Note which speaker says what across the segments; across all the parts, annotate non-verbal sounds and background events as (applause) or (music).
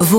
Speaker 1: Vous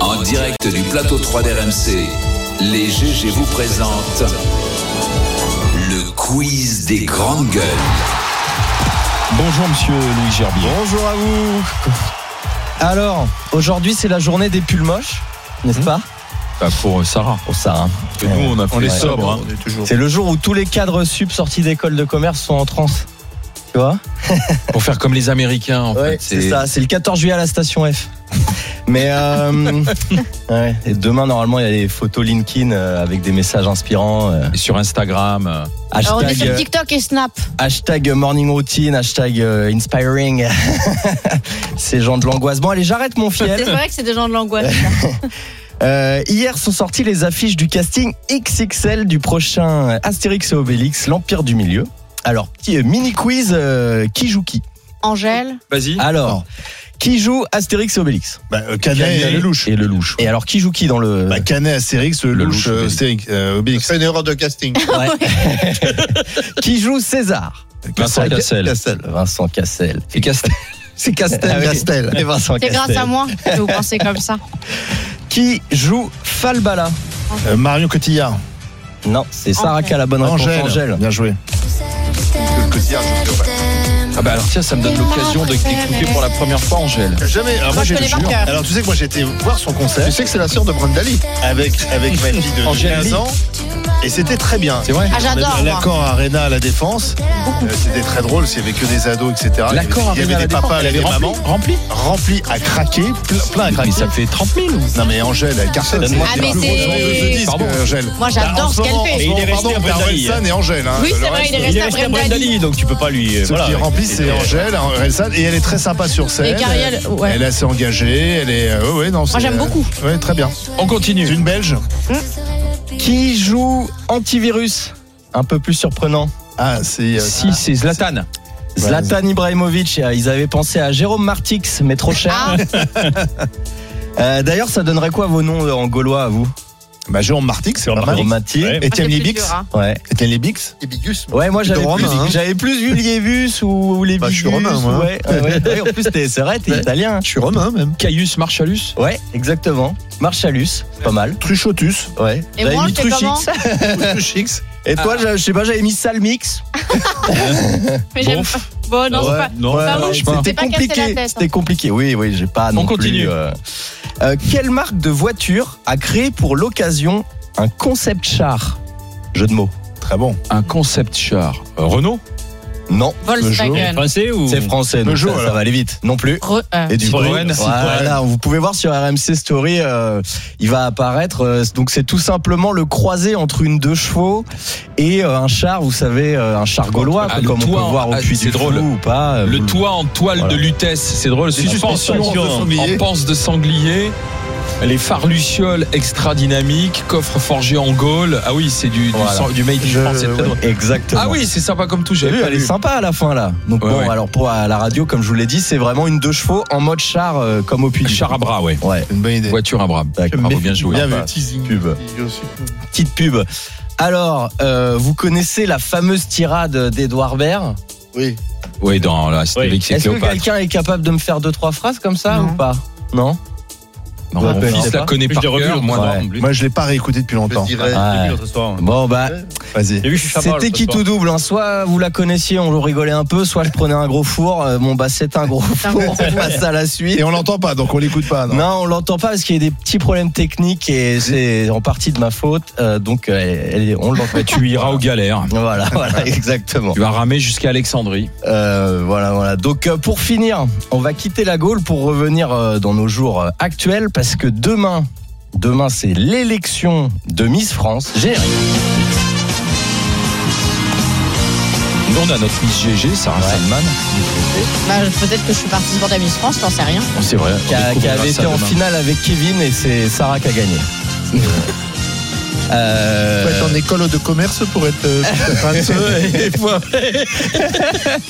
Speaker 2: En direct du plateau 3 d'RMC, les GG vous présentent le quiz des grandes gueules.
Speaker 3: Bonjour monsieur Louis Gerbier.
Speaker 4: Bonjour à vous. Alors, aujourd'hui c'est la journée des pulls moches, n'est-ce pas
Speaker 3: Bah, pour euh, Sarah.
Speaker 4: Pour Sarah.
Speaker 3: Et nous on a fait
Speaker 4: est
Speaker 3: les
Speaker 4: sobre,
Speaker 3: sobres. hein.
Speaker 4: C'est le jour où tous les cadres sub sortis d'école de commerce sont en transe. Tu vois
Speaker 3: Pour faire comme les Américains en fait.
Speaker 4: c'est ça. C'est le 14 juillet à la station F. (laughs) Mais euh, (laughs) ouais, et demain normalement il y a des photos LinkedIn euh, avec des messages inspirants. euh,
Speaker 3: Et Sur Instagram. euh,
Speaker 5: Alors on est
Speaker 4: hashtag,
Speaker 5: sur
Speaker 4: euh,
Speaker 5: TikTok et Snap.
Speaker 4: hashtag morning routine, hashtag euh, inspiring. (laughs) Ces gens de l'angoisse. Bon allez j'arrête mon fiel.
Speaker 5: (laughs) C'est vrai que c'est des gens de l'angoisse.
Speaker 4: Euh, hier sont sorties les affiches du casting XXL du prochain Astérix et Obélix, l'Empire du Milieu. Alors, petit euh, mini quiz, euh, qui joue qui
Speaker 5: (laughs) Angèle,
Speaker 3: Vas-y.
Speaker 4: Alors, qui joue Astérix et Obélix
Speaker 6: Bah, euh, Canet, et Lelouch.
Speaker 3: Et Lelouch.
Speaker 4: Et alors, qui joue qui dans le...
Speaker 6: Bah, Canet, Astérix,
Speaker 3: Lelouch,
Speaker 6: Lelouch, euh,
Speaker 3: Obélix.
Speaker 6: Astérix, euh, Obélix.
Speaker 7: C'est une erreur de casting.
Speaker 4: Ouais. (laughs) qui joue César
Speaker 3: Vincent Cassel.
Speaker 4: Vincent Cassel.
Speaker 3: Et Castel.
Speaker 4: (laughs) C'est Castel.
Speaker 6: Ah oui. Castel.
Speaker 4: Et Vincent
Speaker 5: c'est
Speaker 4: Castel.
Speaker 5: grâce à moi que vous pensez comme ça.
Speaker 4: Qui joue Falbala
Speaker 6: Euh, Marion Cotillard.
Speaker 4: Non, c'est Sarah
Speaker 5: Angèle.
Speaker 4: qui a la bonne réponse.
Speaker 6: Angèle.
Speaker 4: Angèle.
Speaker 6: Bien joué.
Speaker 7: Le Cotillard, je ne peux pas.
Speaker 3: Ah bah alors tiens, ça me donne l'occasion de d'écouter pour la première fois Angèle.
Speaker 6: Jamais. Alors,
Speaker 5: Moi, je
Speaker 6: j'ai
Speaker 5: connais
Speaker 6: le
Speaker 5: par
Speaker 6: jure.
Speaker 5: cœur.
Speaker 6: Alors, tu sais que moi, j'ai été voir son concert
Speaker 7: Tu sais que c'est la sœur de Brandali.
Speaker 6: avec, avec ma fille de
Speaker 3: Angèle
Speaker 6: 15
Speaker 3: Lee.
Speaker 6: ans. Et c'était très bien.
Speaker 3: C'est vrai
Speaker 5: Ah j'adore
Speaker 6: On est à
Speaker 5: moi.
Speaker 6: L'accord Arena à la Défense. Euh, c'était très drôle. C'est avec que des ados, etc.
Speaker 3: L'accord Arena à
Speaker 6: Il y avait
Speaker 3: la
Speaker 6: des
Speaker 3: Défense,
Speaker 6: papas,
Speaker 3: elle
Speaker 6: il y avait des
Speaker 3: avait
Speaker 6: mamans.
Speaker 3: Rempli
Speaker 6: Rempli à craquer. Plein, plein à
Speaker 3: Mais
Speaker 6: craquer.
Speaker 3: ça fait 30 000 ou
Speaker 6: Non, mais Angèle, elle cartonne.
Speaker 3: Donne-moi
Speaker 5: Ah, mais
Speaker 6: le plus gros
Speaker 5: c'est-
Speaker 6: joueur de ce disque,
Speaker 3: Pardon.
Speaker 6: Angèle.
Speaker 5: Moi
Speaker 6: Bah, en
Speaker 5: j'adore ce
Speaker 6: moment,
Speaker 5: qu'elle
Speaker 6: en
Speaker 5: fait.
Speaker 6: ce moment,
Speaker 8: il est resté
Speaker 6: pardon,
Speaker 8: à Brendali,
Speaker 6: Brendalson et Angèle. hein.
Speaker 5: Oui
Speaker 6: Le
Speaker 5: c'est vrai,
Speaker 6: reste,
Speaker 5: il est
Speaker 8: Il est
Speaker 5: resté
Speaker 8: resté
Speaker 5: à
Speaker 8: à
Speaker 5: Brendali.
Speaker 8: Brindali, donc tu peux pas lui. euh,
Speaker 6: Ce
Speaker 8: voilà.
Speaker 6: qui remplit, c'est
Speaker 8: Et-
Speaker 6: Angèle, Relsan, et elle est très sympa sur scène.
Speaker 5: Et Gabriel,
Speaker 6: Elle-
Speaker 5: ouais.
Speaker 6: Elle est assez engagée, elle est. euh, ouais, ouais, non, c'est-
Speaker 5: j'aime beaucoup.
Speaker 6: Ouais, très bien.
Speaker 3: On
Speaker 6: C'est
Speaker 3: continue.
Speaker 6: une Belge.
Speaker 4: Qui joue Antivirus Un peu plus surprenant.
Speaker 6: Ah, c'est. euh,
Speaker 3: Si c'est Zlatan.
Speaker 4: Zlatan Ibrahimovic, euh, ils avaient pensé à Jérôme Martix, mais trop cher.
Speaker 5: Ah,
Speaker 4: Euh, D'ailleurs, ça donnerait quoi vos noms euh, en gaulois à vous
Speaker 6: Bah, Jérôme Martix, c'est pas
Speaker 8: Jérôme
Speaker 6: mal.
Speaker 4: Jérôme Martix.
Speaker 8: Ouais.
Speaker 6: Étienne
Speaker 5: c'est
Speaker 6: Libix.
Speaker 5: dur, hein.
Speaker 4: Ouais.
Speaker 6: Étienne Libix.
Speaker 7: Et Bigus.
Speaker 4: Ouais, moi j'avais
Speaker 7: Plutôt
Speaker 4: plus,
Speaker 7: romain, hein.
Speaker 4: j'avais plus vu Liévus ou, ou les
Speaker 7: Bah, je suis
Speaker 4: Bigus,
Speaker 7: romain, moi.
Speaker 4: Ouais, ouais, ouais. Ouais, en plus, t'es- c'est vrai, t'es
Speaker 7: Ouais.
Speaker 4: italien. hein.
Speaker 7: Je suis romain, même.
Speaker 3: Caius Marchalus.
Speaker 4: Ouais, exactement. Marchalus, c'est pas mal.
Speaker 6: Truchotus.
Speaker 4: Ouais.
Speaker 5: Et
Speaker 4: J'avais
Speaker 5: moi,
Speaker 4: mis
Speaker 5: je fais comment Ah.
Speaker 4: Truchix. Et toi, je je sais pas, j'avais mis Salmix.
Speaker 5: mais j'aime
Speaker 3: Bonf.
Speaker 5: pas. Bon non, c'est pas.
Speaker 3: Non,
Speaker 4: Ouais,
Speaker 5: ça marche
Speaker 4: ouais,
Speaker 3: pas.
Speaker 4: C'était
Speaker 5: T'es pas cassé la
Speaker 4: compliqué.
Speaker 5: tête, hein.
Speaker 4: C'était compliqué. Oui, oui, j'ai pas. non plus,
Speaker 3: continue.
Speaker 4: euh, euh, quelle marque de voiture a créé pour l'occasion un concept char Jeu de mots.
Speaker 6: Très bon.
Speaker 3: Un concept char. Euh, Renault
Speaker 4: Non.
Speaker 8: C'est
Speaker 5: Volkswagen.
Speaker 8: Français ou
Speaker 4: C'est français, donc
Speaker 6: Peugeot,
Speaker 4: ça, ça
Speaker 6: alors.
Speaker 4: va aller vite. Non plus.
Speaker 5: Re- euh,
Speaker 4: Et du coup,
Speaker 8: Citroën,
Speaker 4: voilà, vous pouvez voir sur RMC Story, euh, il va apparaître. euh, donc c'est tout simplement le croisé entre une deux chevaux et euh, un char, vous savez, euh, un char gaulois,
Speaker 3: Ah,
Speaker 4: quoi,
Speaker 3: le
Speaker 4: comme on
Speaker 3: toit
Speaker 4: peut
Speaker 3: en-
Speaker 4: voir au
Speaker 3: ah,
Speaker 4: puits
Speaker 3: c'est
Speaker 4: du
Speaker 3: drôle.
Speaker 4: Fou ou pas. euh,
Speaker 3: Le
Speaker 4: vous-
Speaker 3: toit en toile
Speaker 4: Voilà.
Speaker 3: de Lutèce, c'est drôle. Suspension
Speaker 6: suspensions de
Speaker 3: en
Speaker 6: sanglier.
Speaker 3: panse de sanglier. Les phares Lucioles extra dynamiques, coffre forgé en Gaule. Ah oui, c'est du, du,
Speaker 4: Voilà.
Speaker 3: sang- du made in
Speaker 4: Je-
Speaker 3: France. Ah, c'est très
Speaker 4: ouais,
Speaker 3: drôle.
Speaker 4: Exactement.
Speaker 3: Ah oui, c'est sympa comme tout.
Speaker 4: J'ai
Speaker 3: J'avais
Speaker 4: vu,
Speaker 3: pas
Speaker 4: elle est
Speaker 3: lu.
Speaker 4: sympa à la fin là. Donc
Speaker 3: Ouais,
Speaker 4: bon,
Speaker 3: ouais.
Speaker 4: alors pour à la radio, comme je vous l'ai dit, c'est vraiment une deux chevaux en mode char euh, comme au puits du Fou.
Speaker 3: Char à bras, ouais.
Speaker 4: Ouais.
Speaker 6: Une bonne idée.
Speaker 3: Voiture à bras.
Speaker 4: D'accord.
Speaker 3: Bravo, bien joué. Ah
Speaker 6: Bien
Speaker 4: bah,
Speaker 6: vu. Teasing.
Speaker 4: pub. Petite pub. Alors, euh, vous connaissez la fameuse tirade d'Edouard Baird
Speaker 7: Oui.
Speaker 3: bah. Ouais, dans la Astérix et
Speaker 4: Est-ce que
Speaker 3: Cléopâtre.
Speaker 4: quelqu'un est capable de me faire deux trois phrases comme ça
Speaker 5: Non.
Speaker 4: ou pas Non.
Speaker 3: Non,
Speaker 4: Ouais,
Speaker 3: mon
Speaker 4: bah, je sais
Speaker 3: fils la
Speaker 4: pas.
Speaker 3: connaît
Speaker 8: Je
Speaker 3: par
Speaker 8: l'ai revu,
Speaker 3: cœur, moi
Speaker 4: ouais.
Speaker 3: non.
Speaker 6: Moi, je l'ai pas réécouté depuis
Speaker 7: Je
Speaker 6: longtemps.
Speaker 7: dirais.
Speaker 4: Ah,
Speaker 8: J'ai vu ce soir.
Speaker 4: Bon bah,
Speaker 6: Vas-y.
Speaker 8: J'ai vu, je suis Chabrol,
Speaker 4: c'était
Speaker 8: ce
Speaker 4: qui
Speaker 8: soir.
Speaker 4: tout double. hein. Soit vous la connaissiez, on le rigolait un peu. Soit je prenais un gros four. Euh, bon bah, c'est un gros (laughs) four. On passe à la suite.
Speaker 6: Et on l'entend pas, donc on l'écoute pas. Ah Non.
Speaker 4: Non, on l'entend pas parce qu'il y a des petits problèmes techniques et c'est en partie de ma faute. Euh, donc, euh, elle est- on l'entend.
Speaker 3: (laughs) Tu iras aux galères.
Speaker 4: Voilà, voilà, exactement.
Speaker 3: Tu vas ramer jusqu'à Alexandrie.
Speaker 4: Euh, voilà, voilà. Donc euh, pour finir, on va quitter la Gaule pour revenir euh, dans nos jours euh, actuels parce que demain, demain c'est l'élection de Miss France. Générique.
Speaker 3: Nous, on a notre Miss GG, Sarah
Speaker 4: Ouais.
Speaker 3: Salman.
Speaker 5: Bah, Peut-être que je suis participante à Miss France, t'en sais rien.
Speaker 3: Bon, c'est vrai. on
Speaker 4: qui, a- qui
Speaker 3: découvrira
Speaker 4: avait
Speaker 3: ça
Speaker 4: été en
Speaker 3: demain.
Speaker 4: finale avec Kevin et c'est Sarah qui a gagné.
Speaker 7: Faut être
Speaker 4: Euh,
Speaker 7: en école de commerce pour
Speaker 4: (laughs)
Speaker 7: être euh, peintre. (laughs)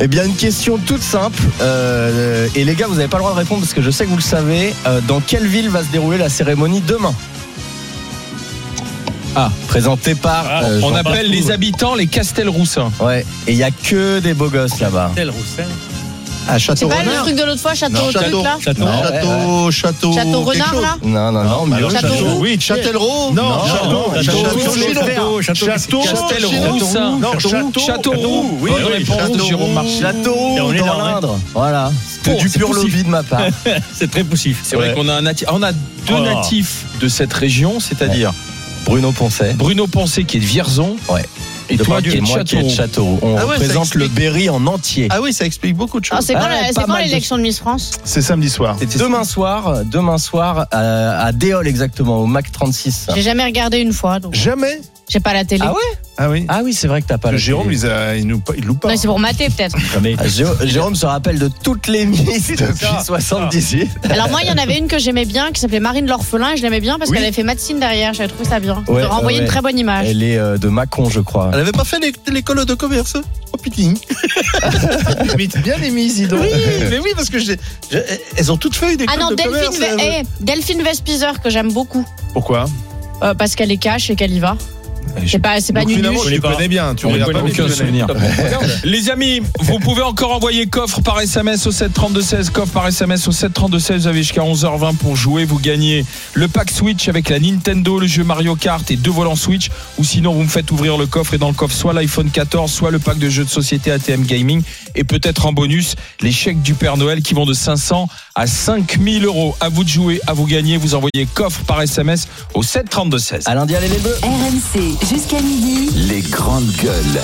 Speaker 4: Eh bien, une question toute simple. euh, et les gars, vous n'avez pas le droit de répondre parce que je sais que vous le savez. Euh, dans quelle ville va se dérouler la cérémonie demain Ah, présentée par.
Speaker 8: Ah,
Speaker 4: euh,
Speaker 3: on
Speaker 4: Jean-
Speaker 3: appelle les habitants les Castelroussins.
Speaker 4: Ouais, et il y a que des beaux gosses là-bas.
Speaker 8: Tel Roussel.
Speaker 7: À
Speaker 5: C'est
Speaker 7: Château
Speaker 5: pas le
Speaker 7: Renard.
Speaker 5: truc de l'autre fois, château,
Speaker 7: Non,
Speaker 5: truc
Speaker 7: château.
Speaker 5: là
Speaker 8: Château.
Speaker 4: Non.
Speaker 7: Château, château.
Speaker 5: Château
Speaker 7: quelque
Speaker 5: renard
Speaker 7: chose.
Speaker 5: là
Speaker 4: Non, non, non, mais
Speaker 7: alors,
Speaker 4: le
Speaker 7: Château.
Speaker 4: château.
Speaker 8: Oui,
Speaker 7: Châtellerault
Speaker 4: Non,
Speaker 7: Château.
Speaker 4: Château.
Speaker 8: Château.
Speaker 7: Château.
Speaker 3: Castelroussin.
Speaker 8: Non,
Speaker 3: Château. Châteauroux.
Speaker 8: Oui,
Speaker 3: Bonne
Speaker 8: oui,
Speaker 3: réponse,
Speaker 7: Châteauroux.
Speaker 3: Ah, Jérôme Marchal.
Speaker 4: Château
Speaker 8: Et on est
Speaker 4: dans
Speaker 8: dans l'Indre.
Speaker 4: l'Indre. Voilà. C'était
Speaker 3: pour,
Speaker 4: du
Speaker 3: c'est
Speaker 4: pur
Speaker 3: poussif.
Speaker 4: lobby de ma part.
Speaker 8: C'est très poussif.
Speaker 3: C'est vrai qu'on a un nati- on a deux
Speaker 8: Oh.
Speaker 3: natifs de cette région, c'est-à-dire
Speaker 4: Bruno Poncet.
Speaker 3: Bruno Poncet qui est de Vierzon.
Speaker 4: Ouais.
Speaker 3: Et toi
Speaker 4: Depardieu
Speaker 3: qui
Speaker 4: et
Speaker 3: es de
Speaker 4: moi qui est de
Speaker 3: Châteauroux.
Speaker 4: Châteauroux. On
Speaker 7: Ah ouais, ça
Speaker 4: représente le
Speaker 7: explique.
Speaker 4: Berry en entier.
Speaker 7: Ah oui, ça explique beaucoup de
Speaker 5: Ah,
Speaker 7: choses.
Speaker 5: C'est quand
Speaker 4: Ah,
Speaker 5: la- c'est
Speaker 4: pas
Speaker 5: quand
Speaker 4: mal de-
Speaker 5: l'élection de Miss France
Speaker 7: C'est samedi soir.
Speaker 4: C'était demain soir, demain soir euh, à Déol exactement, au Mac 36.
Speaker 5: J'ai jamais regardé une fois, donc euh,
Speaker 7: Jamais
Speaker 5: j'ai pas la télé.
Speaker 4: Ah ouais
Speaker 7: Ah oui.
Speaker 4: Ah oui, c'est vrai que t'as pas.
Speaker 7: Que
Speaker 4: la
Speaker 7: Jérôme,
Speaker 4: télé.
Speaker 7: il, a- il nous, il loue pas.
Speaker 5: Non, c'est pour mater
Speaker 4: (laughs)
Speaker 5: peut-être.
Speaker 4: Ah, Jé- Jérôme se rappelle de toutes les miss depuis 78.
Speaker 5: Alors moi, il y en avait une que j'aimais bien, qui s'appelait Marine l'orphelin, et je l'aimais bien parce
Speaker 4: Oui.
Speaker 5: qu'elle avait fait Mathine derrière. J'avais trouvé ça bien.
Speaker 4: Ouais,
Speaker 5: Ça renvoyait
Speaker 4: ouais.
Speaker 5: une très bonne image.
Speaker 4: Elle est euh, de Mâcon, je crois.
Speaker 7: Elle avait pas fait l'é- l'école de commerce Oh putain (laughs) Imite bien les mises, dis donc. Oui, mais oui, parce que j'ai- j'ai- elles ont toutes fait une école
Speaker 5: Ah non,
Speaker 7: de
Speaker 5: Delphine,
Speaker 7: commerce.
Speaker 5: Ve-
Speaker 7: euh.
Speaker 5: eh, Delphine Vespizer que j'aime beaucoup
Speaker 7: Pourquoi
Speaker 5: euh, parce qu'elle est cash et qu'elle y va.
Speaker 3: Et je-
Speaker 5: C'est pas, c'est pas
Speaker 7: Donc,
Speaker 5: nul.
Speaker 7: finalement,
Speaker 8: Je
Speaker 7: tu
Speaker 8: l'ai pas.
Speaker 7: connais bien, tu
Speaker 3: On
Speaker 7: regardes
Speaker 3: connaît
Speaker 7: pas mais tu
Speaker 3: aucun
Speaker 7: connais.
Speaker 3: souvenir. Les amis, vous pouvez encore envoyer coffre par SMS au 732-16, coffre par SMS au 732-16. Vous avez jusqu'à 11h20 pour jouer. Vous gagnez le pack Switch avec la Nintendo, le jeu Mario Kart et deux volants Switch. Ou sinon, vous me faites ouvrir le coffre et dans le coffre, soit l'iPhone 14, soit le pack de jeux de société ATM Gaming. Et peut-être en bonus, les chèques du Père Noël qui vont de 500 à 5000 euros. À vous de jouer, à vous gagner. Vous envoyez coffre par SMS au 732-16.
Speaker 4: À lundi, allez les bœufs.
Speaker 1: RMC jusqu'à midi.
Speaker 2: Les grandes gueules.